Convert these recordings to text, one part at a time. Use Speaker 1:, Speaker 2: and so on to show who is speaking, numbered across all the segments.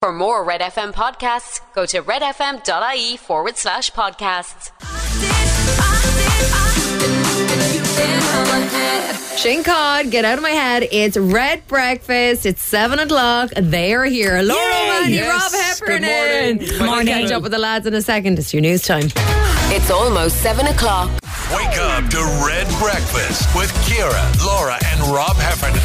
Speaker 1: For more Red FM podcasts, go to redfm.ie forward slash podcasts.
Speaker 2: Shane Cod, get out of my head. It's Red Breakfast. It's 7 o'clock. They are here. Laura Manny,
Speaker 3: Yes.
Speaker 2: Rob Heffernan.
Speaker 3: Good morning.
Speaker 2: I'll catch
Speaker 3: Morning.
Speaker 2: up with the lads in a second. It's your news time.
Speaker 4: It's almost seven o'clock.
Speaker 5: Wake up to Red Breakfast with Kira, Laura, and Rob Heffernan.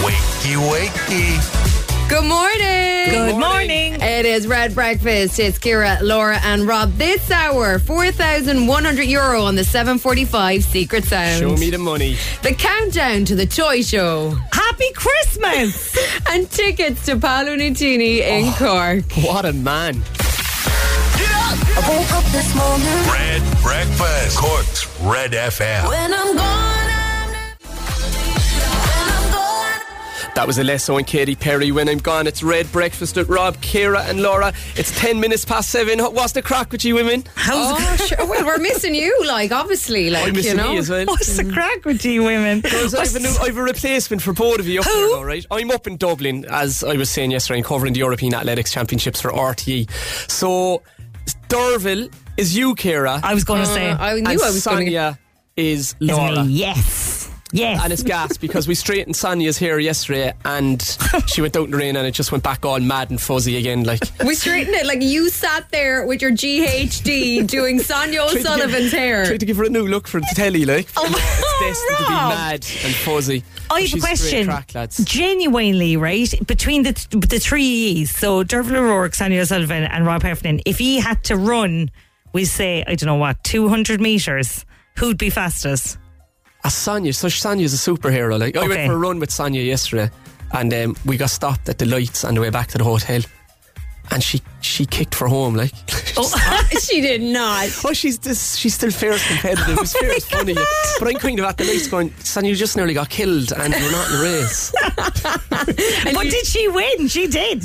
Speaker 5: Wakey, wakey.
Speaker 2: Good morning.
Speaker 3: Good morning.
Speaker 2: It is Red Breakfast. It's Kira, Laura, and Rob. This hour, 4,100 euro on the 745 Secret Sound.
Speaker 6: Show me the money.
Speaker 2: The countdown to the toy show.
Speaker 3: Happy Christmas.
Speaker 2: And tickets to Paolo Nutini in
Speaker 6: Oh.
Speaker 2: Cork.
Speaker 6: What a man.
Speaker 5: Red Breakfast. Cork's Red FM.
Speaker 6: That was Alesso and Katy Perry. When I'm gone, it's Red Breakfast with Rob, Kira, and Laura. It's 10 minutes past seven. What's the crack with you women?
Speaker 3: How's the
Speaker 2: Oh, sure. Well, we're missing you, like, obviously. Like,
Speaker 6: I'm Oh, missing
Speaker 2: you know.
Speaker 6: me as well.
Speaker 3: What's the crack with you women?
Speaker 6: Because I've a, new, I've a replacement for both of you up
Speaker 3: Who?
Speaker 6: there, all right? I'm up in Dublin, as I was saying yesterday, I'm covering the European Athletics Championships for RTE. So, Derville is you, Kira.
Speaker 3: I was going
Speaker 6: Uh,
Speaker 3: to say.
Speaker 2: Uh, I knew
Speaker 6: and
Speaker 2: I was going to.
Speaker 6: Sonia is
Speaker 3: It's
Speaker 6: Laura.
Speaker 3: me. Yes. Yes.
Speaker 6: And it's gas because we straightened Sonia's hair yesterday and she went out in the rain and it just went back all mad and fuzzy again. Like,
Speaker 2: We straightened it. Like, you sat there with your GHD doing Sonia O'Sullivan's hair.
Speaker 6: Tried to give her a new look for the telly, like.
Speaker 2: Oh,
Speaker 6: it's destined to be
Speaker 3: Rob.
Speaker 6: mad and fuzzy.
Speaker 3: I
Speaker 6: She's
Speaker 3: have a
Speaker 6: great
Speaker 3: question.
Speaker 6: Crack, lads.
Speaker 3: Genuinely, right? Between the the three E's, so Dervla O'Rourke, Sonia O'Sullivan, and Rob Heffernan, if he had to run, we say, I don't know what, 200 metres, who'd be fastest?
Speaker 6: Ah, Sonia, so Sonia's a superhero. Like, I
Speaker 3: Okay.
Speaker 6: went for a run with Sonia yesterday and um, we got stopped at the lights on the way back to the hotel. And she she kicked for home, like.
Speaker 2: she did not.
Speaker 6: Oh, she's this, she's still fierce competitive.
Speaker 3: Oh
Speaker 6: It's fierce funny. But I'm kind of at the least going, Sonia, you just nearly got killed and you're not in the race.
Speaker 3: But did she win? She did.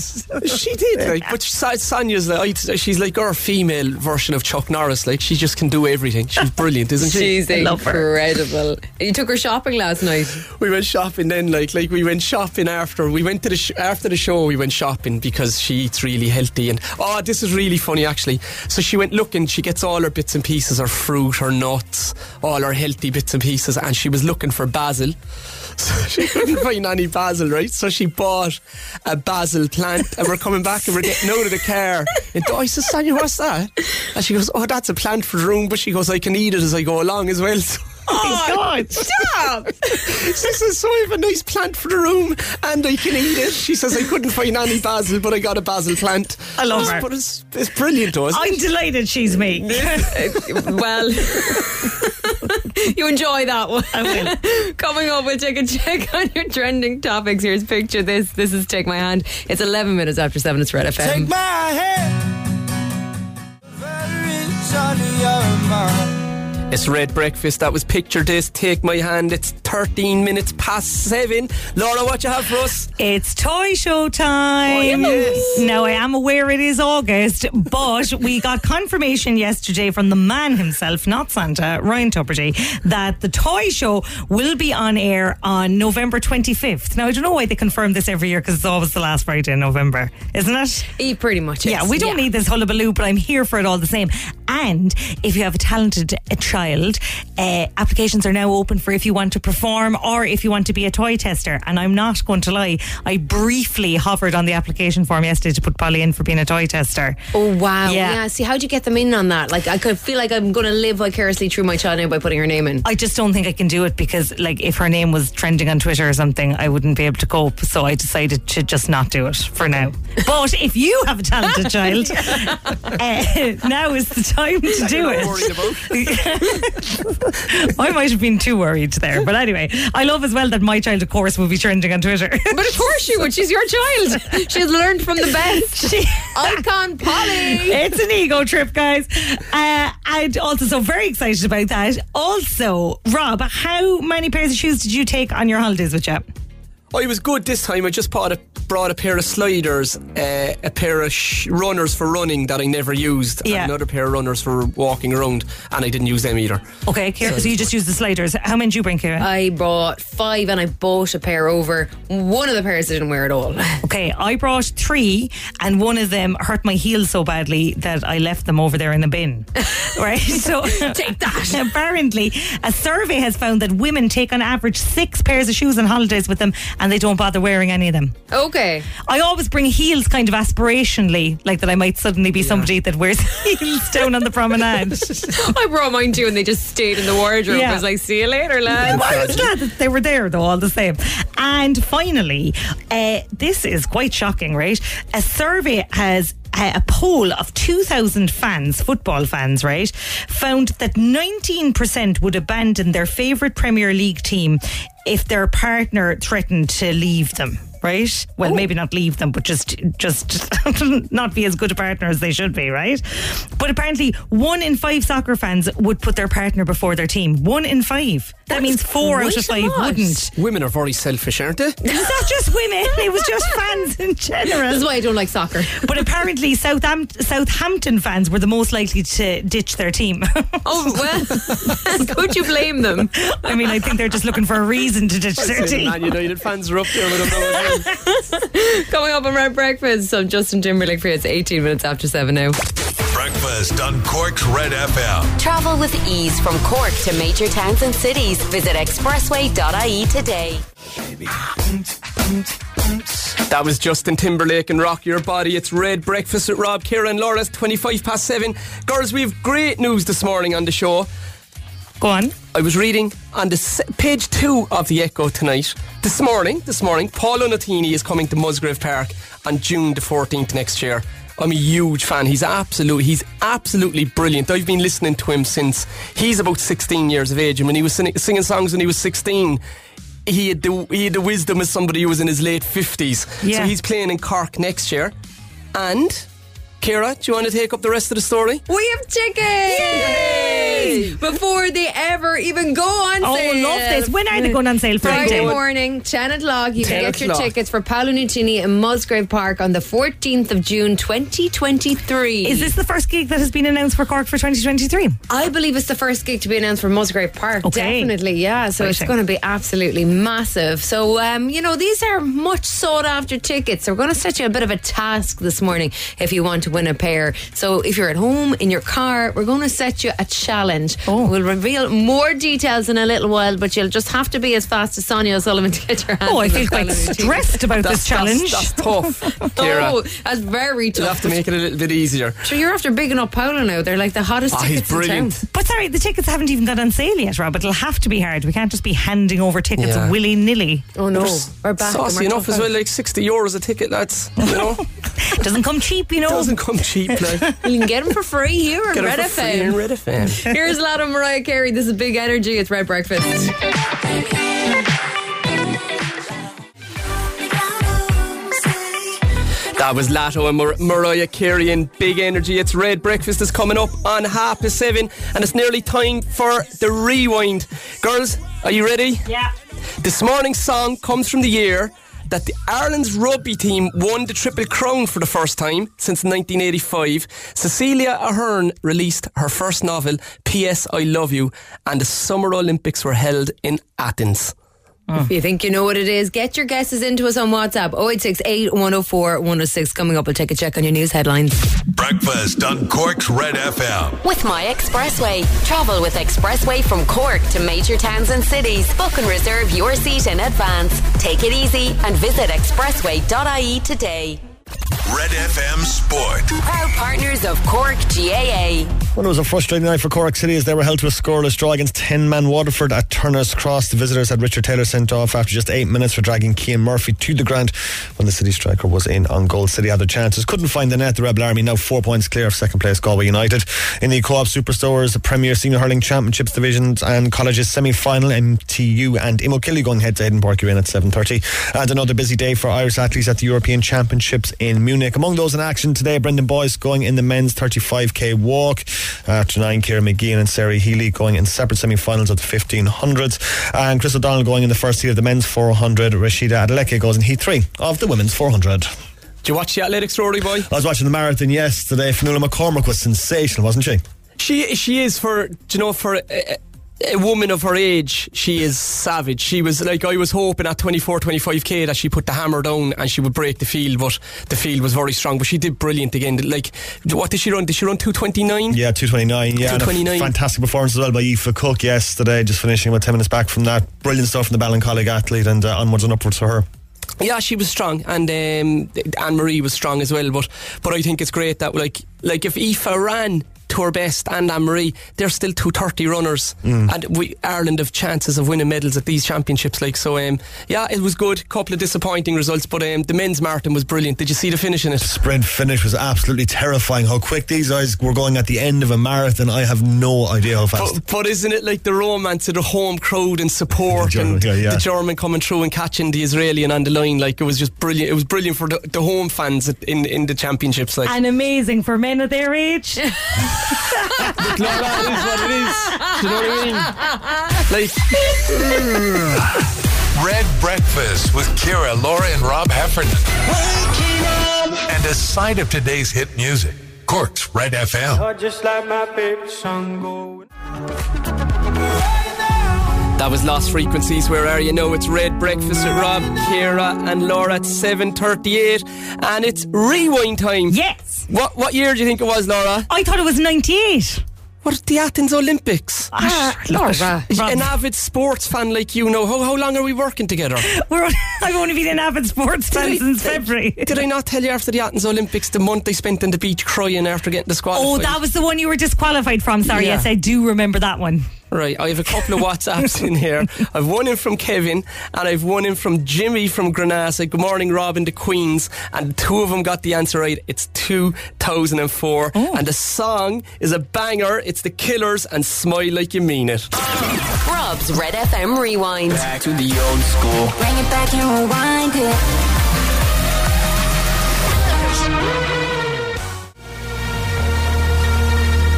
Speaker 6: she did. Like, but Sa- Sonia's like, I- she's like our female version of Chuck Norris. Like, she just can do everything. She's brilliant, isn't she?
Speaker 2: She's incredible. You took her shopping last night.
Speaker 6: we went shopping then. Like, like we went shopping after. We went to the sh- after the show. We went shopping because she eats really healthy. And oh, this is really funny actually. So she went looking. She gets all her bits and pieces, her fruit, her nuts, all her healthy bits and pieces. And she was looking for basil. So she couldn't find any basil, right? So she bought a basil plant, and we're coming back and we're getting out of the car. And "Oh," I said, Sonia, what's that? And she goes, Oh, that's a plant for the room. But she goes, I can eat it as I go along as well. So
Speaker 3: God.
Speaker 2: Stop!
Speaker 6: she says, So I have a nice plant for the room and I can eat it. She says, I couldn't find any basil, but I got a basil plant.
Speaker 3: I love
Speaker 6: It's-
Speaker 3: her.
Speaker 6: But it's, it's brilliant, though, isn't
Speaker 3: I'm
Speaker 6: it?
Speaker 3: delighted she's me.
Speaker 2: well, you enjoy that one.
Speaker 3: I will.
Speaker 2: Coming up, we'll take a check on your trending topics. Here's picture this. This is Take My Hand. It's 11 minutes after 7. It's Red FM.
Speaker 6: my hand. It's Red Breakfast. That was Picture This. Take my hand. It's 13 minutes past seven. Laura, what you have for us?
Speaker 3: It's toy show time. Now, I am aware it is August, but we got confirmation yesterday from the man himself, not Santa, Ryan Tupperty, that the toy show will be on air on November 25th. Now, I don't know why they confirm this every year because it's always the last Friday in November, isn't it?
Speaker 2: He pretty much is.
Speaker 3: Yeah, we don't need this hullabaloo, but I'm here for it all the same. And if you have a talented uh, child, uh, applications are now open for if you want to perform or if you want to be a toy tester. And I'm not going to lie, I briefly hovered on the application form yesterday to put Polly in for being a toy tester.
Speaker 2: Oh wow! Yeah.
Speaker 3: Yeah.
Speaker 2: See, how do you get them in on that? Like, I could feel like I'm going to live vicariously through my child now by putting her name in.
Speaker 3: I just don't think I can do it because, like, if her name was trending on Twitter or something, I wouldn't be able to cope. So I decided to just not do it for now. But if you have a talented child, uh, now is the time to do it. I might have been too worried there. But anyway, I love as well that my child, of course, will be trending on Twitter.
Speaker 2: But of course she would. She's your child. She's learned from the best.
Speaker 3: She-
Speaker 2: Icon Polly.
Speaker 3: it's an ego trip, guys. Uh, and also, so very excited about that. Also, Rob, how many pairs of shoes did you take on your holidays with you?
Speaker 6: I was good this time. I just bought a, brought a pair of sliders, uh, a pair of sh- runners for running that I never used,
Speaker 3: Yeah.
Speaker 6: and another pair of runners for walking around, and I didn't use them either.
Speaker 3: Okay, Kira, so you just use the sliders. How many do you bring, Kira?
Speaker 2: I bought five and I bought a pair over. One of the pairs I didn't wear at all.
Speaker 3: Okay, I brought three, and one of them hurt my heel so badly that I left them over there in the bin. right? So
Speaker 2: Take that.
Speaker 3: Apparently, a survey has found that women take on average six pairs of shoes on holidays with them, and they don't bother wearing any of them.
Speaker 2: Okay.
Speaker 3: I always bring heels kind of aspirationally, like that I might suddenly be somebody that wears heels down on the promenade.
Speaker 2: I brought mine too and they just stayed in the wardrobe.
Speaker 3: Yeah.
Speaker 2: I was like, see you later, lad.
Speaker 3: I was glad that they were there, though, all the same. And finally, uh, this is quite shocking, right? A survey has. uh, A poll of 2,000 fans, football fans, right, found that 19% would abandon their favourite Premier League team if their partner threatened to leave them, right? Well, maybe not leave them, but just just not be as good a partner as they should be, right? But apparently, one in five soccer fans would put their partner before their team. One in five. that means four out
Speaker 2: quite
Speaker 3: of
Speaker 2: a
Speaker 3: five
Speaker 2: lot.
Speaker 3: wouldn't.
Speaker 6: Women are very selfish, aren't they?
Speaker 3: It's not just women, it was just fans in
Speaker 2: That's
Speaker 3: general.
Speaker 2: why I don't like soccer.
Speaker 3: But apparently, Southam- Southampton fans were the most likely to ditch their team.
Speaker 2: Oh, well, could you blame them?
Speaker 3: I mean, I think they're just looking for a reason to ditch their
Speaker 6: Say the
Speaker 3: team.
Speaker 6: Man United fans are up there with them now as well.
Speaker 2: Coming up on Red Breakfast, I'm Justin Timberlake for you. It's 18 minutes after 7 now.
Speaker 5: Breakfast on Cork's Red FM.
Speaker 1: Travel with ease from Cork to major towns and cities. Visit expressway.ie E today.
Speaker 6: That was Justin Timberlake and Rock Your Body. It's Red Breakfast with Rob, Kira, and Laura's 25 past 7. Girls, we have great news this morning on the show.
Speaker 3: Go on.
Speaker 6: I was reading on the s- page two of the Echo tonight. This morning, this morning, Paolo Nutini is coming to Musgrave Park on June the 14th next year. I'm a huge fan. He's absolute. He's absolutely brilliant. I've been listening to him since he's about 16 years of age, and when he was sing- singing songs when he was 16, he had the he had the wisdom of somebody who was in his late 50s.
Speaker 3: Yeah.
Speaker 6: So he's playing in Cork next year, and. Kira, do you want to take up the rest of the story?
Speaker 2: We have chickens! Before they ever even go on
Speaker 3: Oh,
Speaker 2: sale.
Speaker 3: love this. When are they going on sale?
Speaker 2: Friday
Speaker 3: Friday.
Speaker 2: morning, 10 o'clock. You
Speaker 6: 10
Speaker 2: can get your
Speaker 6: o'clock.
Speaker 2: tickets for Paolo Nutini in Musgrave Park on the 14th of June, 2023.
Speaker 3: Is this the first gig that has been announced for Cork for 2023?
Speaker 2: I believe it's the first gig to be announced for Musgrave Park.
Speaker 3: Okay.
Speaker 2: Definitely, yeah. So it's
Speaker 3: Exciting.
Speaker 2: going to be absolutely massive. So, um, you know, these are much sought after tickets. So we're going to set you a bit of a task this morning if you want to win a pair. So if you're at home, in your car, we're going to set you a challenge.
Speaker 3: Oh.
Speaker 2: We'll reveal more details in a little while, but you'll just have to be as fast as Sonia O'Sullivan to get your hands
Speaker 3: Oh, I
Speaker 2: on
Speaker 3: feel
Speaker 2: the
Speaker 3: quite
Speaker 2: Paolo Nutini.
Speaker 3: stressed about this challenge.
Speaker 6: That's, that's tough, Kira.
Speaker 2: Oh, that's very
Speaker 6: You'll
Speaker 2: tough.
Speaker 6: have to make it a little bit easier.
Speaker 2: So you're after big enough Paolo now. They're like the hottest
Speaker 6: Ah, he's
Speaker 2: tickets in town.
Speaker 6: brilliant.
Speaker 3: But sorry, the tickets haven't even got on sale yet, Rob. It'll have to be hard. We can't just be handing over tickets
Speaker 6: Yeah.
Speaker 3: willy nilly.
Speaker 2: Oh no, we're back. and
Speaker 6: Saucy
Speaker 2: we're
Speaker 6: enough
Speaker 2: tough
Speaker 6: as well,
Speaker 2: out.
Speaker 6: like 60 euros a ticket, lads. You know,
Speaker 3: Doesn't come cheap, you know.
Speaker 6: doesn't come cheap, like.
Speaker 2: You can get them for free here at
Speaker 6: Get
Speaker 2: Red
Speaker 6: it for free in
Speaker 2: FM.
Speaker 6: Red FM.
Speaker 2: Here's a lot of Mariah Carey. This is Big Energy. It's Red Breakfast.
Speaker 6: That was Lato and Mar- Mariah Carey and Big Energy. It's Red Breakfast is coming up on half past seven, and it's nearly time for the rewind. Girls, are you ready?
Speaker 3: Yeah.
Speaker 6: This morning's song comes from the year that the Ireland's rugby team won the Triple Crown for the first time since 1985. Cecilia Ahern released her first novel, P.S. I Love You, and the Summer Olympics were held in Athens.
Speaker 2: If you think you know what it is, get your guesses into us on WhatsApp 0868 104 106. Coming up, we'll take a check on your news headlines.
Speaker 5: Breakfast on Cork's Red FM.
Speaker 1: With My Expressway. Travel with Expressway from Cork to major towns and cities. Book and reserve your seat in advance. Take it easy and visit expressway.ie today.
Speaker 5: Red FM Sport.
Speaker 1: Proud partners of Cork GAA.
Speaker 7: Well, it was a frustrating night for Cork City as they were held to a scoreless draw against 10 man Waterford at Turner's Cross. The visitors had Richard Taylor sent off after just eight minutes for dragging Kean Murphy to the ground when the City striker was in on goal. City had their chances, couldn't find the net. The Rebel Army now four points clear of second place Galway United. In the Co op Superstores, the Premier Senior Hurling Championships divisions and colleges semi final, MTU and Imokilly going head to head in Park Urin at 7.30. And another busy day for Irish athletes at the European Championships in Munich. Among those in action today, Brendan Boyce going in the men's 35k walk. uh, After nine, Kieran McGeehan and Sarah Healy going in separate semi-finals of the 1500s. And Chris O'Donnell going in the first heat of the men's 400. Rashida Adeleke goes in heat three of the women's 400.
Speaker 6: Do you watch the athletics, Rory boy?
Speaker 7: I was watching the marathon yesterday. Fanula McCormick was sensational, wasn't she?
Speaker 6: She she is for do you know for a, a woman of her age, she is savage. She was like I was hoping at 24, 25 k that she put the hammer down and she would break the field, but the field was very strong. But she did brilliant again. Like what did she run? Did she run two twenty nine?
Speaker 7: Yeah, 229. Yeah, and a
Speaker 6: 229.
Speaker 7: fantastic performance as well by Aoife Cook yesterday, just finishing about 10 minutes back from that. Brilliant stuff from the Ballon colleague athlete and uh, onwards and upwards for her.
Speaker 6: Yeah, she was strong, and um, Anne Marie was strong as well. But but I think it's great that like like if Aoife ran to her best and Anne Marie, they're still two thirty runners,
Speaker 7: Mm.
Speaker 6: and we Ireland have chances of winning medals at these championships. Like so, um, yeah, it was good. Couple of disappointing results, but um, the men's marathon was brilliant. Did you see the finish in it?
Speaker 7: Sprint finish was absolutely terrifying. How quick these guys were going at the end of a marathon, I have no idea how fast.
Speaker 6: But, but isn't it like the romance of the home crowd and support
Speaker 7: The German,
Speaker 6: and
Speaker 7: yeah, yeah.
Speaker 6: the German coming through and catching the Israeli and on the line? Like it was just brilliant. It was brilliant for the, the home fans at- in in the championships. Like
Speaker 3: And amazing for men at their age.
Speaker 6: No, no, it is what it is. Do you know what I mean? Like.
Speaker 5: Red Breakfast with Kira, Laura, and Rob Heffernan. And a side of today's hit music. Cork's Red FM.
Speaker 8: Just like my favorite song going.
Speaker 6: That was Lost Frequencies. Where are you? No, it's Red Breakfast with Rob, Kira, and Laura at seven thirty-eight, and it's rewind time.
Speaker 3: yes.
Speaker 6: What what year do you think it was, Laura?
Speaker 3: I thought it was 98.
Speaker 6: What at the Athens Olympics?
Speaker 3: Ah, Laura.
Speaker 6: An avid sports fan like you know, how how long are we working together?
Speaker 3: We're on, I've only been an avid sports fan
Speaker 6: Did I-
Speaker 3: since February.
Speaker 6: Did I not tell you after the Athens Olympics the month I spent on the beach crying after getting
Speaker 3: Oh,
Speaker 6: disqualified?
Speaker 3: that was the one you were disqualified from. Sorry,
Speaker 6: Yeah.
Speaker 3: yes, I do remember that one.
Speaker 6: Right, I have a couple of WhatsApps in here. I've one in from Kevin and I've one in from Jimmy from Granada. Good morning, Robin the Queens. And the two of them got the answer right. It's 2004. And the song is a banger. It's The Killers and Smile Like You Mean It.
Speaker 1: Rob's Red FM Rewind.
Speaker 6: Back to the old school.
Speaker 4: Bring it back and rewind it.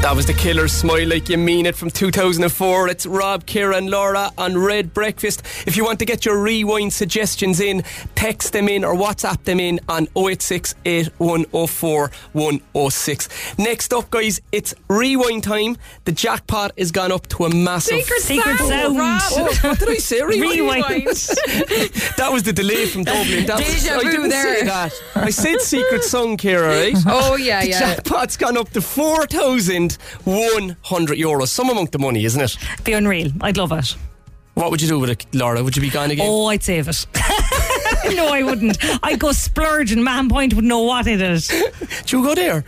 Speaker 6: That was The Killers Smile Like You Mean It from 2004. It's Rob, Kira, and Laura on Red Breakfast. If you want to get your rewind suggestions in, text them in or WhatsApp them in on 086 8104 106. Next up, guys, it's rewind time. The jackpot has gone up to a massive.
Speaker 3: Secret Sound.
Speaker 6: Oh, what did I say? Rewind.
Speaker 3: Rewind.
Speaker 6: That was the delay from Dublin. That was,
Speaker 2: Deja
Speaker 6: I
Speaker 2: vu
Speaker 6: didn't say
Speaker 2: there.
Speaker 6: that. I said Secret Song, Kira, right?
Speaker 2: Oh, yeah,
Speaker 6: the
Speaker 2: yeah.
Speaker 6: jackpot's gone up to 4,100 euros. Some amount of money, isn't it?
Speaker 3: Be unreal. I'd love it.
Speaker 6: What would you do with it, Laura? Would you be gone again?
Speaker 3: Oh, I'd save it. no, I wouldn't. I'd go splurge and Man Point would know what it is.
Speaker 6: Do you go there?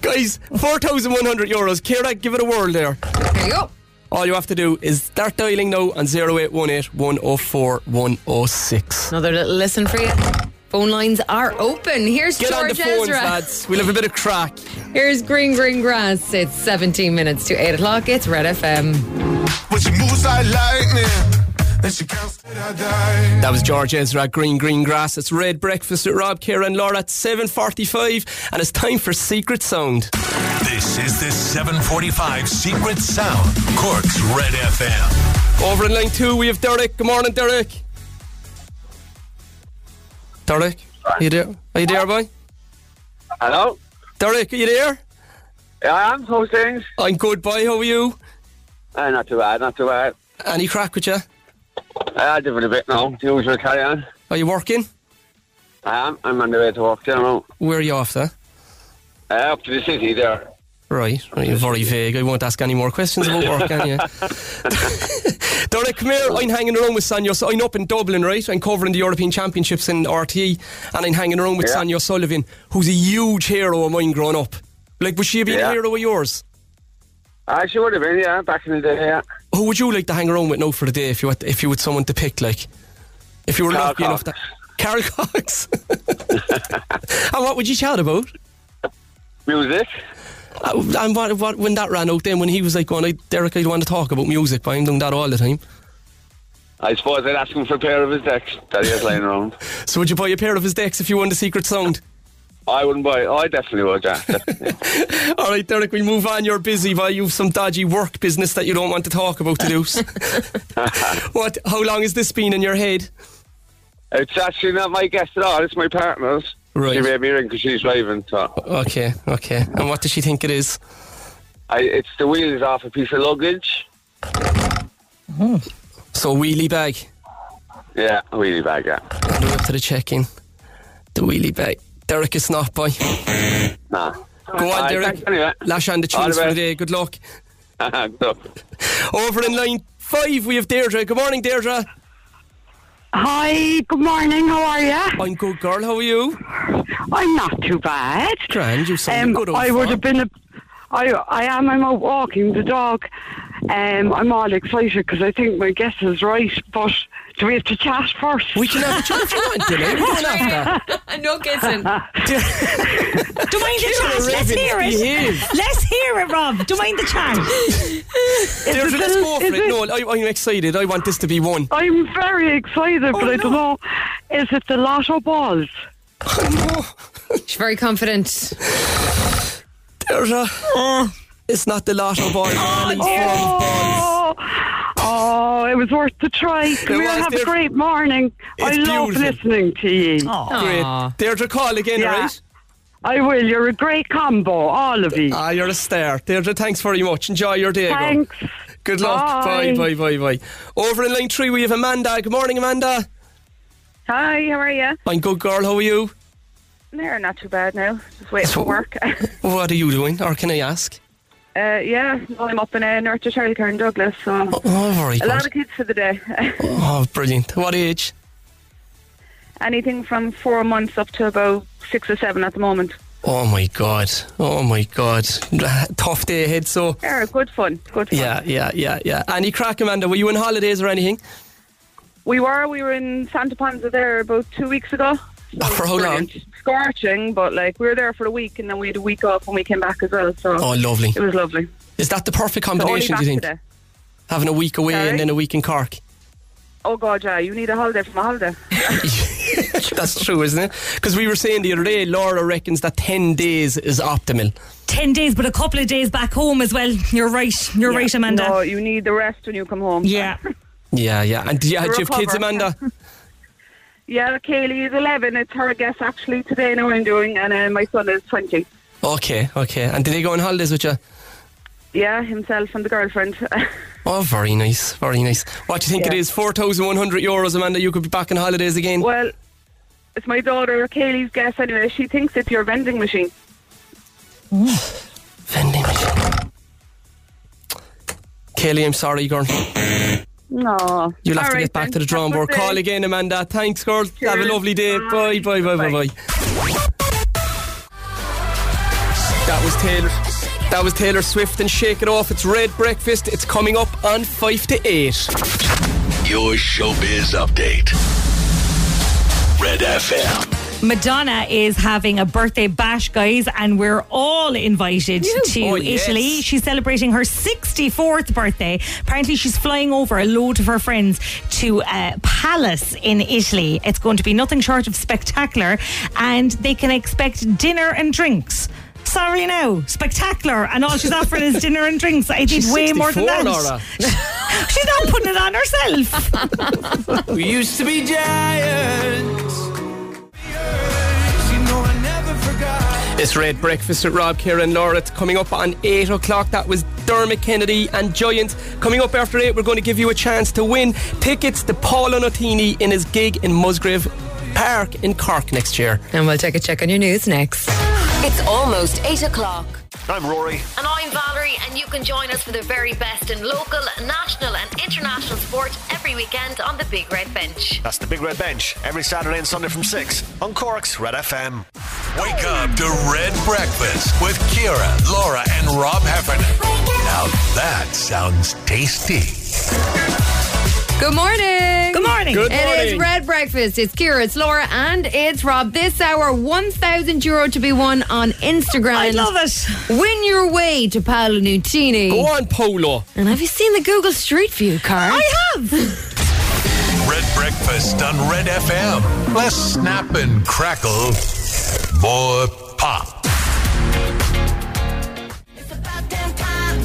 Speaker 6: Guys, 4,100 euros. Kira, give it a whirl there.
Speaker 2: There you go.
Speaker 6: All you have to do is start dialing now on 0818 104 106.
Speaker 2: Another little listen for you. Phone lines are open. Here's
Speaker 6: Get on
Speaker 2: George
Speaker 6: the phones,
Speaker 2: Ezra.
Speaker 6: lads. We'll have a bit of crack.
Speaker 2: Here's Green Green Grass. It's 17 minutes to 8 o'clock. It's Red FM.
Speaker 9: But she moves like lightning. And she can't stay that die.
Speaker 6: That was George Ezra, Green Green Grass. It's Red Breakfast with Rob, Kira and Laura at 7.45 and it's time for Secret Sound.
Speaker 5: This is the 745 Secret Sound. Cork's Red FM.
Speaker 6: Over in line two, we have Derek. Good morning, Derek. Derek, are you there? Are you there, boy?
Speaker 10: Hello?
Speaker 6: Derek, are you there?
Speaker 10: Yeah, I am. How's things?
Speaker 6: I'm good, boy. How are you?
Speaker 10: Uh, not too bad, not too bad.
Speaker 6: Any crack with you?
Speaker 10: Uh, different a bit now. The usual carry on.
Speaker 6: Are you working?
Speaker 10: I am. I'm on the way to work there now.
Speaker 6: Where are you off to?
Speaker 10: Uh, up to the city there.
Speaker 6: Right, right, you're very vague. I won't ask any more questions about work, can you? Derek, come here. I'm hanging around with Sonia. So I'm up in Dublin, right? I'm covering the European Championships in RT, and I'm hanging around with
Speaker 10: Yeah.
Speaker 6: Sonia Sullivan, who's a huge hero of mine growing up. Like, would she have been a
Speaker 10: Yeah.
Speaker 6: hero of yours?
Speaker 10: I she would have been, yeah, back in the day, yeah.
Speaker 6: Who would you like to hang around with now for the day if you had, if you had someone to pick? Like, if you were
Speaker 10: Carl
Speaker 6: lucky enough to.
Speaker 10: Cox.
Speaker 6: Carol Cox. and what would you chat about?
Speaker 10: Music?
Speaker 6: Uh, And what, what, when that ran out, then when he was like going, I, Derek, I'd want to talk about music, but I'm doing that all the time.
Speaker 10: I suppose I'd ask him for a pair of his decks that he has lying around.
Speaker 6: So would you buy a pair of his decks if you won the secret sound?
Speaker 10: I wouldn't buy it. I definitely would, yeah.
Speaker 6: All right, Derek, we move on. You're busy, but you've some dodgy work business that you don't want to talk about to do. what? How long has this been in your head?
Speaker 10: it's actually not my guest at all. It's my partner's.
Speaker 6: Right.
Speaker 10: She made me ring because she's driving. So
Speaker 6: Okay, okay. And what does she think it is?
Speaker 10: I, it's the wheels off a piece of luggage.
Speaker 6: So wheelie bag.
Speaker 10: Yeah, wheelie bag. Yeah.
Speaker 6: And we're up to the check-in. The wheelie bag. Derek is not boy.
Speaker 10: Nah.
Speaker 6: Go
Speaker 10: Aye,
Speaker 6: on, Derek.
Speaker 10: thanks anyway.
Speaker 6: Lash on the
Speaker 10: All
Speaker 6: tunes
Speaker 10: the
Speaker 6: for the
Speaker 10: best.
Speaker 6: day. Good luck.
Speaker 10: So,
Speaker 6: Over in line five, we have Deirdre. Good morning, Deirdre.
Speaker 11: Hi, good morning, how are you?
Speaker 6: I'm good, girl. How are you?
Speaker 11: I'm not too bad.
Speaker 6: Grand. You sound
Speaker 11: Um,
Speaker 6: good. old
Speaker 11: I would have
Speaker 6: fart.
Speaker 11: been a. I, I am, I'm out walking the dog. Um, I'm all excited because I think my guess is right, but do we have to chat first?
Speaker 6: We can have a chat if you want, Dylan. We don't have that.
Speaker 2: no kissing.
Speaker 3: Do mind the chant. Let's
Speaker 6: Ravens,
Speaker 3: hear
Speaker 6: behave.
Speaker 3: it. Let's hear it, Rob. Do mind the chant.
Speaker 6: Deirdre,
Speaker 11: it
Speaker 6: let's
Speaker 11: a-
Speaker 6: go for
Speaker 11: is
Speaker 6: it.
Speaker 11: it-
Speaker 6: No, I, I'm excited. I want this to be one.
Speaker 11: I'm very excited,
Speaker 6: Oh,
Speaker 11: but I don't know. Is it the lotto balls?
Speaker 2: She's very confident.
Speaker 6: Deirdre, it's not the lotto ball. darling.
Speaker 11: Oh, oh, it was worth the try. Come here,
Speaker 6: was,
Speaker 11: have a
Speaker 6: Deirdre.
Speaker 11: great morning. I
Speaker 6: It's
Speaker 11: love
Speaker 6: beautiful.
Speaker 11: listening to you.
Speaker 6: Great. Deirdre, call again,
Speaker 11: Yeah.
Speaker 6: right?
Speaker 11: I will. You're a great combo, all of you.
Speaker 6: Ah, you're a star. Deirdre, thanks very much. Enjoy your day. girl.
Speaker 11: Thanks.
Speaker 6: Good luck. Bye.
Speaker 11: Bye.
Speaker 6: bye, bye, bye, Over in line three, we have Amanda. Good morning, Amanda.
Speaker 12: Hi, how are you?
Speaker 6: I'm good, girl. How are you?
Speaker 12: No, not too bad now. Just waiting for work. uh,
Speaker 6: What are you doing? Or can I ask?
Speaker 12: yeah, well, I'm up in uh, North of Childcare in Douglas, so
Speaker 6: Oh, very
Speaker 12: a lot
Speaker 6: good.
Speaker 12: of kids for the day.
Speaker 6: Oh, brilliant. What age?
Speaker 12: Anything from four months up to about six or seven at the moment.
Speaker 6: Oh, my God. Oh, my God. Tough day ahead, so.
Speaker 12: Yeah, good fun. Good fun.
Speaker 6: Yeah, yeah, yeah, yeah. Any crack, Amanda? Were you on holidays or anything?
Speaker 12: We were we were in Santa Panza there about two weeks ago. So
Speaker 6: For how long?
Speaker 12: brilliant. Scorching, but like we were there for a week, and then we had a week off when we came back as well. So
Speaker 6: Oh, lovely.
Speaker 12: it was lovely.
Speaker 6: Is that the perfect
Speaker 12: So only
Speaker 6: combination,
Speaker 12: back
Speaker 6: do you think?
Speaker 12: today.
Speaker 6: Having a week away
Speaker 12: Sorry?
Speaker 6: and then a week in Cork.
Speaker 12: Oh God, yeah, you need a holiday from a holiday.
Speaker 6: That's true, isn't it? Because we were saying the other day, Laura reckons that 10 days is optimal.
Speaker 3: 10 days, but a couple of days back home as well. You're right. You're right, Amanda.
Speaker 12: No, you need the rest when you come home.
Speaker 3: Yeah.
Speaker 6: Yeah, yeah. And do you, do you have kids,
Speaker 12: Recover.
Speaker 6: Amanda?
Speaker 12: Yeah, Kaylee is 11. It's her guess actually today now I'm doing, and uh, my son is 20.
Speaker 6: Okay, okay. And did they go on holidays with you?
Speaker 12: Yeah, himself and the girlfriend.
Speaker 6: Oh, very nice, very nice. What do you think it
Speaker 12: Yeah.
Speaker 6: is? 4,100 euros, Amanda. You could be back on holidays again.
Speaker 12: well, it's my daughter Kaylee's guess anyway. She thinks it's your vending machine.
Speaker 6: Vending machine. Kelly, I'm sorry, girl.
Speaker 12: No.
Speaker 6: You'll have to get back to the drawing board. Call again, Amanda. Thanks, girl. Have a
Speaker 12: Cheers.
Speaker 6: lovely day. Bye,
Speaker 12: Bye.
Speaker 6: bye, bye, bye, bye.
Speaker 12: Bye.
Speaker 6: That was Taylor. That was Taylor Swift and Shake It Off. It's Red Breakfast. It's coming up on 5 to 8.
Speaker 13: Your showbiz update. Red FM.
Speaker 3: Madonna is having a birthday bash, guys, and we're all invited to
Speaker 6: Oh, yes.
Speaker 3: Italy. She's celebrating her 64th birthday. Apparently, she's flying over a load of her friends to a palace in Italy. It's going to be nothing short of spectacular, and they can expect dinner and drinks. Sorry now, spectacular, and all she's offering is dinner and drinks. I did
Speaker 6: She's
Speaker 3: way more than that.
Speaker 6: 64, Laura.
Speaker 3: She's not putting it on herself.
Speaker 9: We used to be giants. You know I never forgot.
Speaker 6: It's Red Breakfast with Rob, Kieran, and Laura. It's coming up on 8 o'clock. That was Dermot Kennedy and Giant. Coming up after 8, we're going to give you a chance to win tickets to Paolo Nutini in his gig in Musgrave Park in Cork next year.
Speaker 2: And we'll take a check on your news next.
Speaker 1: It's almost 8 o'clock.
Speaker 13: I'm Rory.
Speaker 1: And I'm Valerie, and you can join us for the very best in local, national, and international sport every weekend on the Big Red Bench.
Speaker 13: That's the Big Red Bench every Saturday and Sunday from 6 on Cork's Red FM.
Speaker 5: Wake up to Red Breakfast with Kira, Laura, and Rob Heffernan. Now that sounds tasty.
Speaker 2: Good morning.
Speaker 3: Good morning.
Speaker 6: Good
Speaker 2: It is
Speaker 6: morning.
Speaker 2: Red Breakfast. It's Kira, it's Laura, and it's Rob. This hour, 1,000 euro to be won on Instagram.
Speaker 3: I love it.
Speaker 2: Win your way to Paolo Nutini.
Speaker 6: Go on, Polo.
Speaker 2: And have you seen the Google Street View car?
Speaker 3: I have.
Speaker 5: Red Breakfast on Red FM. Less snap and crackle, Boy, pop.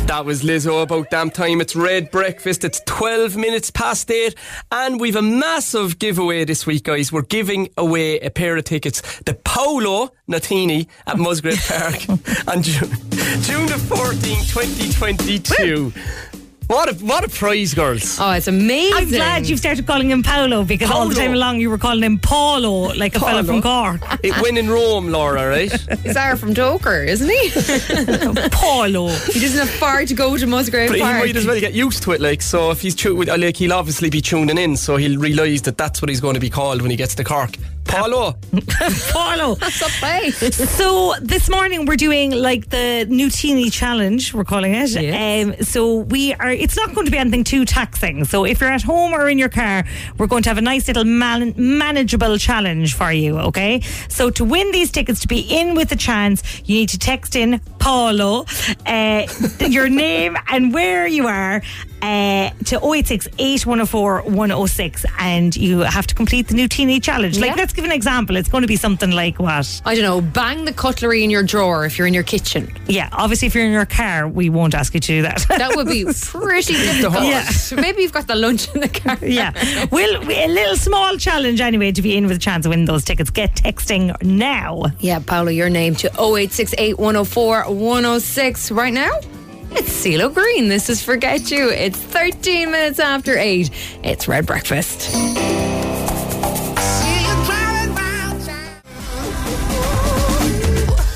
Speaker 6: That was Lizzo about damn time. It's Red Breakfast. It's 12 minutes past 8. And we've a massive giveaway this week, guys. We're giving away a pair of tickets to Paolo Natini at Musgrave Park on June, June the 14th, 2022. What a, what a prize, girls.
Speaker 2: Oh, it's amazing.
Speaker 3: I'm glad you've started calling him Paolo because all the
Speaker 6: Paolo.
Speaker 3: time along you were calling him Paolo, like a fella from Cork.
Speaker 6: It went in Rome, Laura, right?
Speaker 2: He's our from Doker, isn't he?
Speaker 3: Paulo.
Speaker 2: He doesn't have far to go to Musgrave
Speaker 6: But he
Speaker 2: Park.
Speaker 6: might as well get used to it, like. So if he's tu- like, he'll obviously be tuning in, so he'll realise that that's what he's going to be called when he gets to Cork. Paulo,
Speaker 3: Paulo.
Speaker 2: That's up eh?
Speaker 3: So this morning we're doing like the new teeny challenge, we're calling it. Um, so we are. It's not going to be anything too taxing. So if you're at home or in your car, we're going to have a nice little man- manageable challenge for you. Okay. So to win these tickets, to be in with a chance, you need to text in Paulo, uh, your name and where you are. Uh, to 086 8104 106 and you have to complete the new teeny challenge. Like,
Speaker 2: Yeah.
Speaker 3: let's give an example. It's going to be something like what?
Speaker 2: I don't know, bang the cutlery in your drawer if you're in your kitchen.
Speaker 3: Yeah, obviously, if you're in your car, we won't ask you to do that.
Speaker 2: That would be pretty difficult.
Speaker 3: horse.
Speaker 2: Maybe you've got the lunch in the car.
Speaker 3: yeah. We'll, we- a little small challenge anyway to be in with a chance of winning those tickets. Get texting now.
Speaker 2: Yeah, Paolo, your name to 0868 104 106 right now. It's CeeLo Green. This is Forget You. It's 13 minutes after 8. It's Red Breakfast.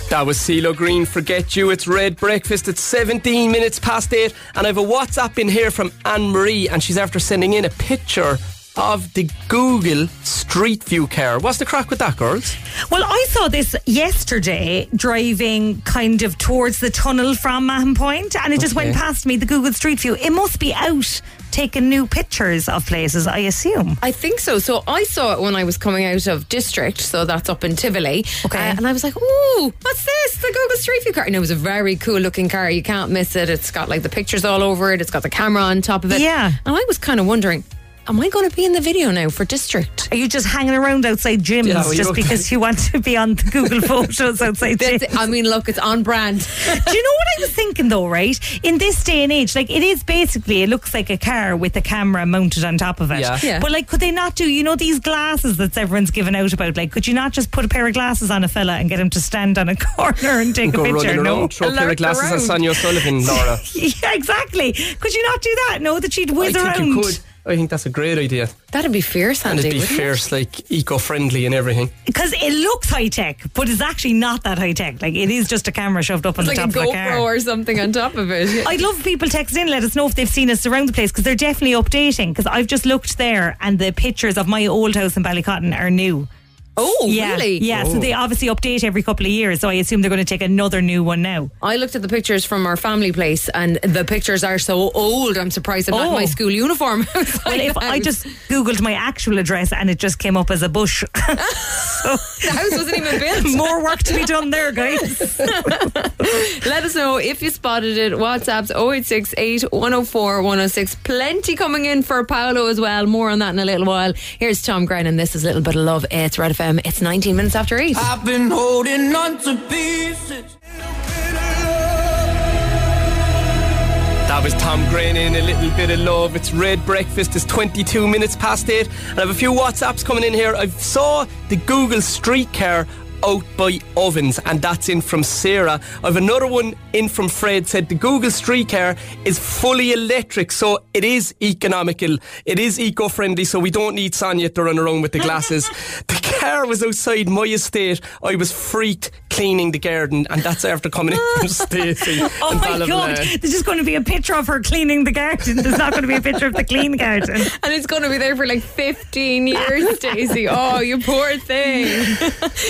Speaker 6: that was CeeLo Green. Forget you. It's Red Breakfast. It's 17 minutes past eight, and I have a WhatsApp in here from Anne Marie, and she's after sending in a picture of the Google Street View car. What's the crack with that, girls?
Speaker 3: Well, I saw this yesterday driving kind of towards the tunnel from Mahon Point, and it just
Speaker 6: Okay.
Speaker 3: went past me, the Google Street View. It must be out taking new pictures of places, I assume.
Speaker 2: I think so. So I saw it when I was coming out of district, so that's up in Tivoli. Okay. and I was like, ooh, what's this? The Google Street View car. And it was a very cool looking car. You can't miss it. It's got like the pictures all over it. It's got the camera on top of it.
Speaker 3: Yeah.
Speaker 2: And I was kind of wondering, am I going to be in the video now for district?
Speaker 3: Are you just hanging around outside gyms
Speaker 6: Yeah, well,
Speaker 3: just
Speaker 6: you-
Speaker 3: because you want to be on the Google photos outside
Speaker 2: That's
Speaker 3: gyms?
Speaker 2: it. I mean, look, it's on brand.
Speaker 3: Do you know what I was thinking though, right? In this day and age, like it is basically, it looks like a car with a camera mounted on top of it.
Speaker 6: Yeah. Yeah.
Speaker 3: But like, could they not do, you know, these glasses that everyone's given out about? Like, could you not just put a pair of glasses on a fella and get him to stand on a corner and take
Speaker 6: Go
Speaker 3: a
Speaker 6: running
Speaker 3: picture?
Speaker 6: around,
Speaker 3: No.
Speaker 6: throw a pair
Speaker 2: Alert
Speaker 6: of glasses
Speaker 2: around.
Speaker 6: at Sonia O'Sullivan, Laura.
Speaker 3: Yeah, exactly. Could you not do that? No, that she'd
Speaker 6: I
Speaker 3: whiz
Speaker 6: think
Speaker 3: around.
Speaker 6: you could. I think that's a great idea.
Speaker 2: That'd be fierce,
Speaker 6: And
Speaker 2: Andy.
Speaker 6: it'd be
Speaker 2: wouldn't it?
Speaker 6: fierce, like eco friendly and everything.
Speaker 3: Because it looks high tech, but it's actually not that high tech. Like, it is just a camera shoved up on
Speaker 2: It's
Speaker 3: the
Speaker 2: like
Speaker 3: top
Speaker 2: a
Speaker 3: of a car.
Speaker 2: GoPro or something on top of it.
Speaker 3: I'd love people texting in, let us know if they've seen us around the place because they're definitely updating. Because I've just looked there and the pictures of my old house in Ballycotton are new.
Speaker 2: Oh,
Speaker 3: yeah,
Speaker 2: really? Oh.
Speaker 3: Yeah, so they obviously update every couple of years. So I assume they're going to take another new one now.
Speaker 2: I looked at the pictures from our family place, and the pictures are so old. I'm surprised I'm not in
Speaker 3: Oh.
Speaker 2: my school uniform.
Speaker 3: Well, if I just googled my actual address and it just came up as a bush.
Speaker 2: the house wasn't even built.
Speaker 3: More work to be done there, guys.
Speaker 2: Let us know if you spotted it. WhatsApp's 0868 104 106. Plenty coming in for Paolo as well. More on that in a little while. Here's Tom Grennan. and this is a little bit of love. It's Red FM. It's 19 minutes after 8.
Speaker 14: I've been holding on to pieces.
Speaker 6: That was Tom Green in a little bit of love. It's red breakfast. It's 22 minutes past eight, and I have a few WhatsApps coming in here. I saw the Google Street Car out by Ovens, and that's in from Sarah. I have another one in from Fred. Said the Google Street Car is fully electric, so it is economical. It is eco-friendly, so we don't need Sonia to run around with the glasses. the car was outside my estate. I was freaked cleaning the garden, and that's after coming in from Stacey.
Speaker 3: Oh
Speaker 6: in
Speaker 3: my God.
Speaker 6: Ballymena.
Speaker 3: There's just going to be a picture of her cleaning the garden. There's not going to be a picture of the clean garden.
Speaker 2: And it's going to be there for like 15 years, Stacey. Oh, you poor thing.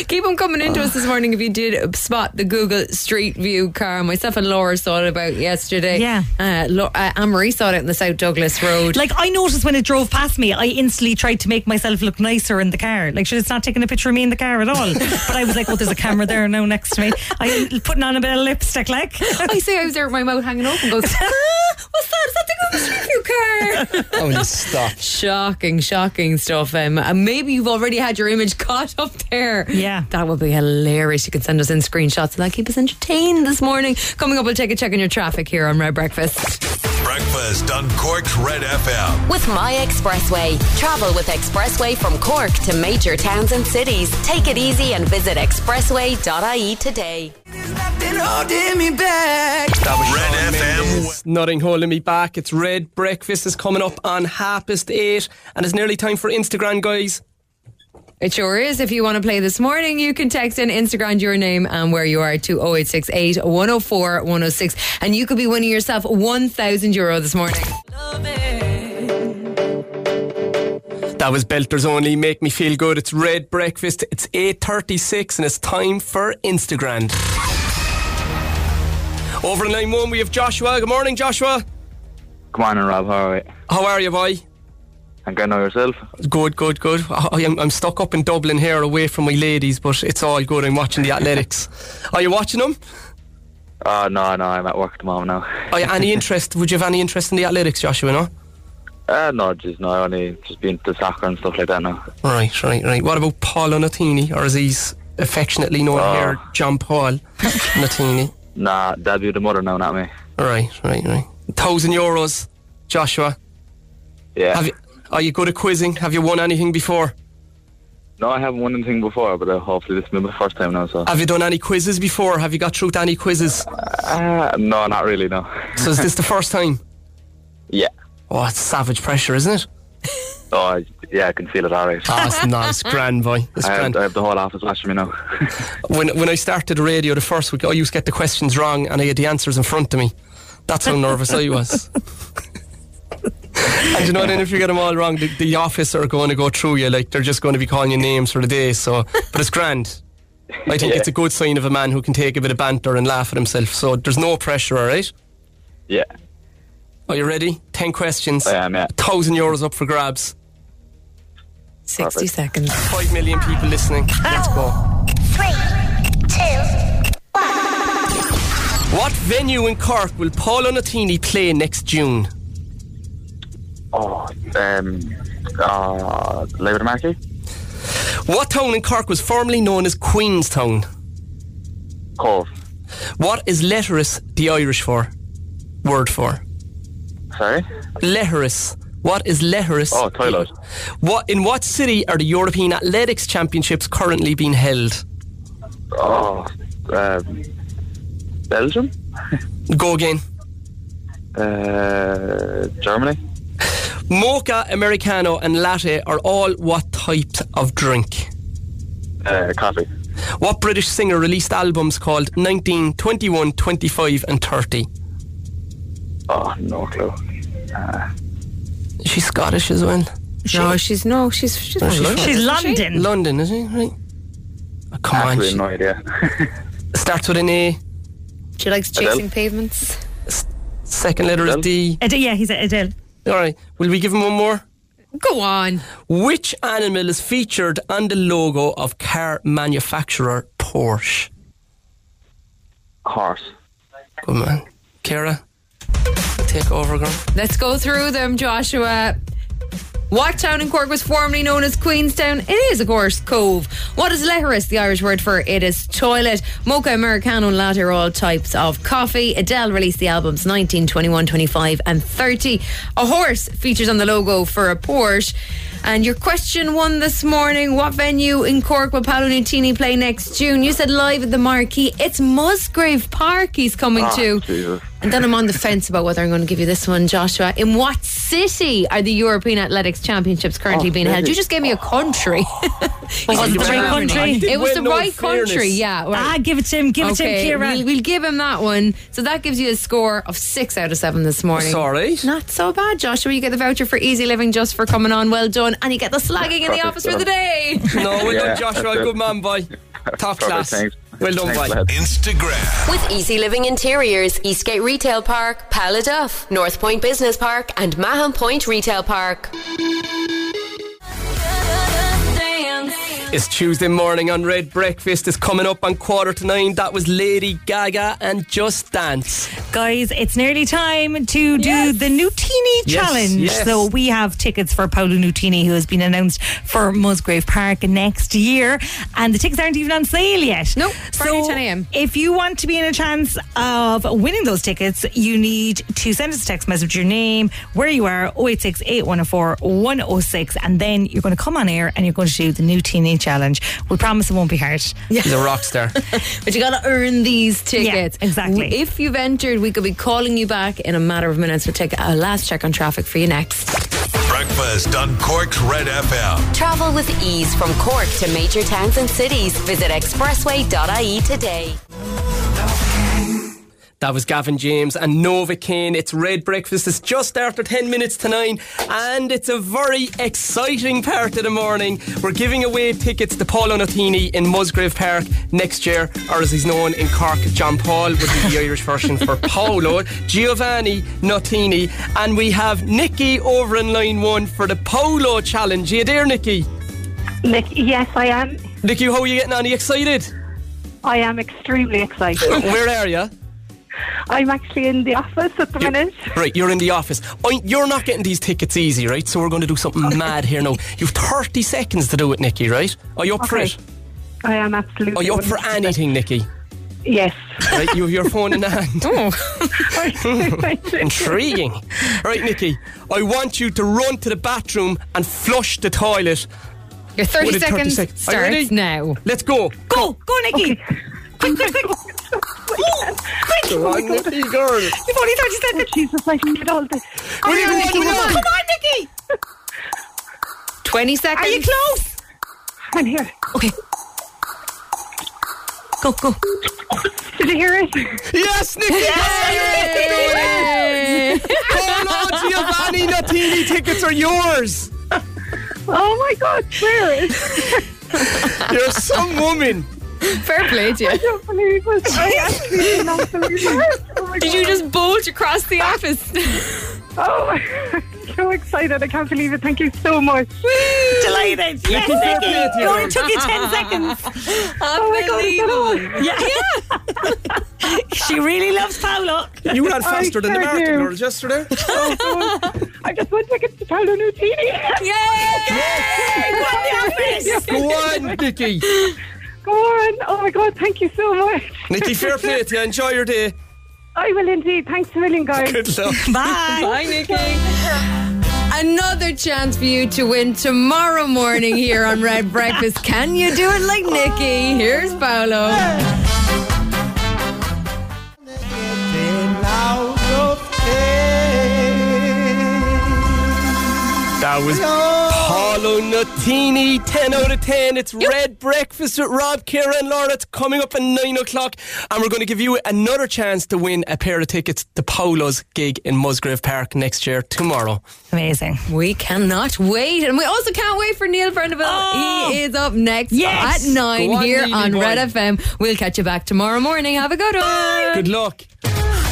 Speaker 2: Keep them coming
Speaker 3: Ah.
Speaker 2: into us this morning if you did spot the Google Street View car. Myself and Laura saw it about yesterday.
Speaker 3: Yeah.
Speaker 2: Uh, Lo- uh, Anne-Marie saw it in the South Douglas Road.
Speaker 3: Like I noticed when it drove past me, I instantly tried to make myself look nicer in the car. Like, should it's not taking a picture of me in the car at all? but I was like, oh, there's a camera there now next to me. I'm putting on a bit of lipstick, like.
Speaker 2: I say I was there with my mouth hanging open. Goes, "Ah, what's that? Is that the your car.
Speaker 6: Oh, stop.
Speaker 2: Shocking, shocking stuff. Um, and maybe you've already had your image caught up there. Yeah. That would be hilarious. You can send us in screenshots and that'll keep us entertained this morning. Coming up, we'll take a check on your traffic here on Red Breakfast.
Speaker 5: Breakfast on Cork's Red FM.
Speaker 1: With My Expressway. Travel with Expressway from Cork to major towns and cities. Take it easy and visit expressway.ie today.
Speaker 14: holding me back.
Speaker 5: Red FM.
Speaker 6: It's nothing holding me back. It's Red Breakfast is coming up on half past eight, and it's nearly time for Instagram, guys.
Speaker 2: It sure is. If you want to play this morning, you can text in Instagram your name and where you are to 0868 104 106. And you could be winning yourself 1,000 euro this morning.
Speaker 6: That was Belters Only. Make me feel good. It's Red Breakfast. It's eight thirty-six, and it's time for Instagram. Over in line one, we have Joshua. Good morning, Joshua.
Speaker 15: Come on, Rob. How are we?
Speaker 6: How are you, boy?
Speaker 15: I'm good now yourself.
Speaker 6: Good, good, good. I, am I'm stuck up in Dublin here, away from my ladies, but it's all good. I'm watching the athletics. Are you watching them?
Speaker 15: Oh no, no, I'm at work tomorrow now.
Speaker 6: Are you any interest? Would you have any interest in the athletics, Joshua? No.
Speaker 15: Uh, no, just no, only just been to soccer and stuff like that now.
Speaker 6: Right, right, right. What about Paul O'Natini, or as he's affectionately known
Speaker 15: Oh.
Speaker 6: here, John Paul O'Natini?
Speaker 15: Nah, that'd be the mother now, not me.
Speaker 6: Right, right, right. Thousand euros, Joshua.
Speaker 15: Yeah.
Speaker 6: Have you, are you good at quizzing? Have you won anything before?
Speaker 15: No, I haven't won anything before, but uh, hopefully this will be my first time now. So.
Speaker 6: Have you done any quizzes before? Have you got through to any quizzes?
Speaker 15: Uh, no, not really. No.
Speaker 6: So is this the first time?
Speaker 15: Yeah.
Speaker 6: Oh, it's savage pressure, isn't it?
Speaker 15: Oh, I- yeah, I can feel it all right.
Speaker 6: Ah, it's nice, grand boy. It's
Speaker 15: I,
Speaker 6: grand.
Speaker 15: Have, I have the whole office watching me now.
Speaker 6: When when I started the radio the first week, I used to get the questions wrong and I had the answers in front of me. That's how nervous I was. and you know, then if you get them all wrong, the, the office are going to go through you. Like they're just going to be calling you names for the day. So, but it's grand. I think
Speaker 15: Yeah.
Speaker 6: it's a good sign of a man who can take a bit of banter and laugh at himself. So there's no pressure, all right?
Speaker 15: Yeah.
Speaker 6: Are you ready? Ten questions.
Speaker 15: I am, yeah.
Speaker 6: Thousand euros up for grabs.
Speaker 2: 60 seconds.
Speaker 6: Five million people listening. Let's go. What venue in Cork will Paul Onatini play next June?
Speaker 15: Oh, um, uh, Labour Markey,
Speaker 6: What town in Cork was formerly known as Queenstown?
Speaker 15: Cove.
Speaker 6: What is letterus the Irish for? Word for?
Speaker 15: Sorry.
Speaker 6: Letterus. What is letterus?
Speaker 15: Oh, toilet.
Speaker 6: What in what city are the European Athletics Championships currently being held?
Speaker 15: Oh, um, Belgium,
Speaker 6: Go again.
Speaker 15: uh, Germany.
Speaker 6: Mocha, Americano, and latte are all what types of drink?
Speaker 15: Uh, coffee.
Speaker 6: What British singer released albums called 19, 21, 25, and 30?
Speaker 15: Oh, no clue.
Speaker 6: She's Scottish as well.
Speaker 2: No, she's no, she's she's,
Speaker 6: No,
Speaker 2: from Oh, London,
Speaker 3: She's
Speaker 2: isn't she?
Speaker 3: London.
Speaker 6: London, is it? Right. Oh, come on.
Speaker 15: Absolutely
Speaker 6: She
Speaker 15: no idea.
Speaker 6: starts with an A.
Speaker 2: She likes
Speaker 15: Adele.
Speaker 2: chasing pavements.
Speaker 6: Second letter is D.
Speaker 3: Adele, yeah, he's at Adele.
Speaker 6: All right. Will we give him one more?
Speaker 2: Go on.
Speaker 6: Which animal is featured on the logo of car manufacturer Porsche?
Speaker 15: Horse.
Speaker 6: Good man. Kara, take over, girl.
Speaker 2: Let's go through them, Joshua. What town in Cork was formerly known as Queenstown? It is, of course, Cove. What is letterus, the Irish word for it is toilet? Mocha, Americano, and latte are all types of coffee. Adele released the albums 19, 21, 25, and 30. A horse features on the logo for a Porsche. And your question one this morning what venue in Cork will Paolo Nutini play next June? You said live at the Marquee. It's Musgrave Park he's coming
Speaker 15: Ah,
Speaker 2: to.
Speaker 15: Jesus.
Speaker 2: And then I'm on the fence about whether I'm going to give you this one, Joshua. In what city are the European Athletics Championships currently
Speaker 15: Oh,
Speaker 2: being held?
Speaker 15: really?
Speaker 2: You just gave me a country.
Speaker 3: Was it the
Speaker 6: you went
Speaker 3: right
Speaker 6: Germany. I
Speaker 3: country?
Speaker 6: did
Speaker 2: it was
Speaker 6: well
Speaker 2: the
Speaker 6: know
Speaker 2: right
Speaker 6: fairness.
Speaker 2: country, yeah.
Speaker 3: Ah,
Speaker 2: right.
Speaker 3: give it to him. Give it
Speaker 2: okay,
Speaker 3: to him, Kira.
Speaker 2: we'll, we'll give him that one. So that gives you a score of six out of seven this morning.
Speaker 6: Sorry.
Speaker 2: Not so bad, Joshua. You get the voucher for Easy Living just for coming on. Well done. And you get the slagging in the
Speaker 15: Perfect
Speaker 2: office for
Speaker 15: done.
Speaker 2: the day.
Speaker 6: No, well
Speaker 15: Yeah,
Speaker 6: done, Joshua.
Speaker 15: that's it.
Speaker 6: Good man, boy. Top
Speaker 15: Perfect,
Speaker 6: class.
Speaker 15: thanks.
Speaker 6: Well done,
Speaker 15: Thanks,
Speaker 6: boy.
Speaker 15: lad.
Speaker 5: Instagram.
Speaker 1: With Easy Living Interiors, Eastgate Retail Park, Paladuff, North Point Business Park, and Mahon Point Retail Park.
Speaker 6: It's Tuesday morning on Red Breakfast. It's coming up on quarter to nine. That was Lady Gaga and Just Dance.
Speaker 3: Guys, it's nearly time to do the Nutini
Speaker 14: Yes,
Speaker 3: challenge.
Speaker 14: yes.
Speaker 3: So we have tickets for Paolo Nutini, who has been announced for Musgrave Park next year, and the tickets aren't even on sale yet. No,
Speaker 2: Friday,
Speaker 3: so
Speaker 2: 10 a.m..
Speaker 3: If you want to be in a chance of winning those tickets, you need to send us a text message, your name, where you are, 086 8104 106, and then you're going to come on air and you're going to do the new Teeny Challenge. We promise it won't be hard.
Speaker 6: He's a rock star.
Speaker 2: but you got to earn these tickets. exactly. If you've entered, we could be calling you back in a matter of minutes. We'll take a last check on traffic for you next.
Speaker 5: Breakfast on Cork's Red FM.
Speaker 1: Travel with ease from Cork to major towns and cities. Visit expressway.ie today.
Speaker 6: That was Gavin James and Nova Kane. It's Red Breakfast. It's just after 10 minutes to 9, and it's a very exciting part of the morning. We're giving away tickets to Paolo Notini in Musgrave Park next year, or as he's known in Cork, John Paul would be the Irish version for Paolo, Giovanni Notini, and we have Nikki over in line one for the Polo Challenge. Are you there, Nikki?
Speaker 16: Nikki, yes, I am.
Speaker 6: Nikki, how are you getting on? Are you excited?
Speaker 16: I am extremely excited.
Speaker 6: Where are you?
Speaker 16: I'm actually in the office at the minute.
Speaker 6: Right, you're in the office. Oh, You're not getting these tickets easy, right? So we're going to do something mad here now. You've 30 seconds to do it, Nikki, right? Are you up for
Speaker 16: Okay.
Speaker 6: it?
Speaker 16: I am absolutely.
Speaker 6: Are you up for anything, Nikki?
Speaker 16: Yes.
Speaker 6: Right, you have your phone in hand.
Speaker 16: Oh.
Speaker 6: Intriguing. Right, Nikki, I want you to run to the bathroom and flush the toilet.
Speaker 2: Your 30
Speaker 6: Within
Speaker 2: seconds
Speaker 6: Are you
Speaker 2: starts
Speaker 6: ready?
Speaker 2: now.
Speaker 6: Let's go. Go,
Speaker 3: go, Nikki. Quick, quick, quick. Quick.
Speaker 6: Go on, Nikki, girl.
Speaker 3: You've only 30 seconds.
Speaker 16: Jesus, I can get all this.
Speaker 3: Come
Speaker 16: Will you
Speaker 3: on,
Speaker 16: do it?
Speaker 3: Nikki,
Speaker 16: Will you
Speaker 3: come
Speaker 16: do
Speaker 3: on,
Speaker 16: it?
Speaker 3: come on, Nikki.
Speaker 2: 20 seconds.
Speaker 3: Are you close?
Speaker 16: I'm here.
Speaker 2: Okay. Go, go.
Speaker 16: Did you hear it?
Speaker 6: Yes, Nikki.
Speaker 16: Yay!
Speaker 6: Paolo Giovanni Natini tickets are yours.
Speaker 16: Oh my God, where is?
Speaker 6: You're some woman.
Speaker 2: Fair play to you. I
Speaker 16: don't believe it. I actually did not believe it. Oh my
Speaker 2: Did you
Speaker 16: God.
Speaker 2: just bolt across the office?
Speaker 16: Oh, I'm so excited. I can't believe it. Thank you so much.
Speaker 3: Delighted. Yes, Nikki. It only took you 10 seconds.
Speaker 16: Oh my God.
Speaker 3: Yeah. she really loves Paolo.
Speaker 6: You ran faster than the marathon girls yesterday.
Speaker 16: Oh, God. I just went to get to Paolo Nutini.
Speaker 6: Yes. Go on, Nikki.
Speaker 16: Go on. Oh my God, thank you so much.
Speaker 6: Nikki, fair play to you. Enjoy your day.
Speaker 16: I will indeed. Thanks a million, guys.
Speaker 6: Good luck.
Speaker 3: Bye.
Speaker 2: Bye, Another chance for you to win tomorrow morning here on Red Breakfast. Can you do it like Nikki? Here's Paolo.
Speaker 6: That was Paolo Nutini, 10 out of 10. It's Red Breakfast with Rob, Kira, and Laura. It's coming up at 9 o'clock, and we're going to give you another chance to win a pair of tickets to Paolo's gig in Musgrave Park next year, tomorrow.
Speaker 3: Amazing.
Speaker 2: We cannot wait. And we also can't wait for Neil Fernaville. He is up next
Speaker 3: Yes.
Speaker 2: at 9
Speaker 3: Go on,
Speaker 2: here
Speaker 3: Neely
Speaker 2: Oh. on
Speaker 3: boy.
Speaker 2: Red FM. We'll catch you back tomorrow morning. Have a good
Speaker 16: Uh,
Speaker 2: one.
Speaker 6: Good luck.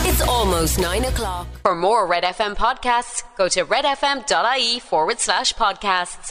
Speaker 1: It's almost 9 o'clock. For more Red FM podcasts, go to redfm.ie forward slash podcasts.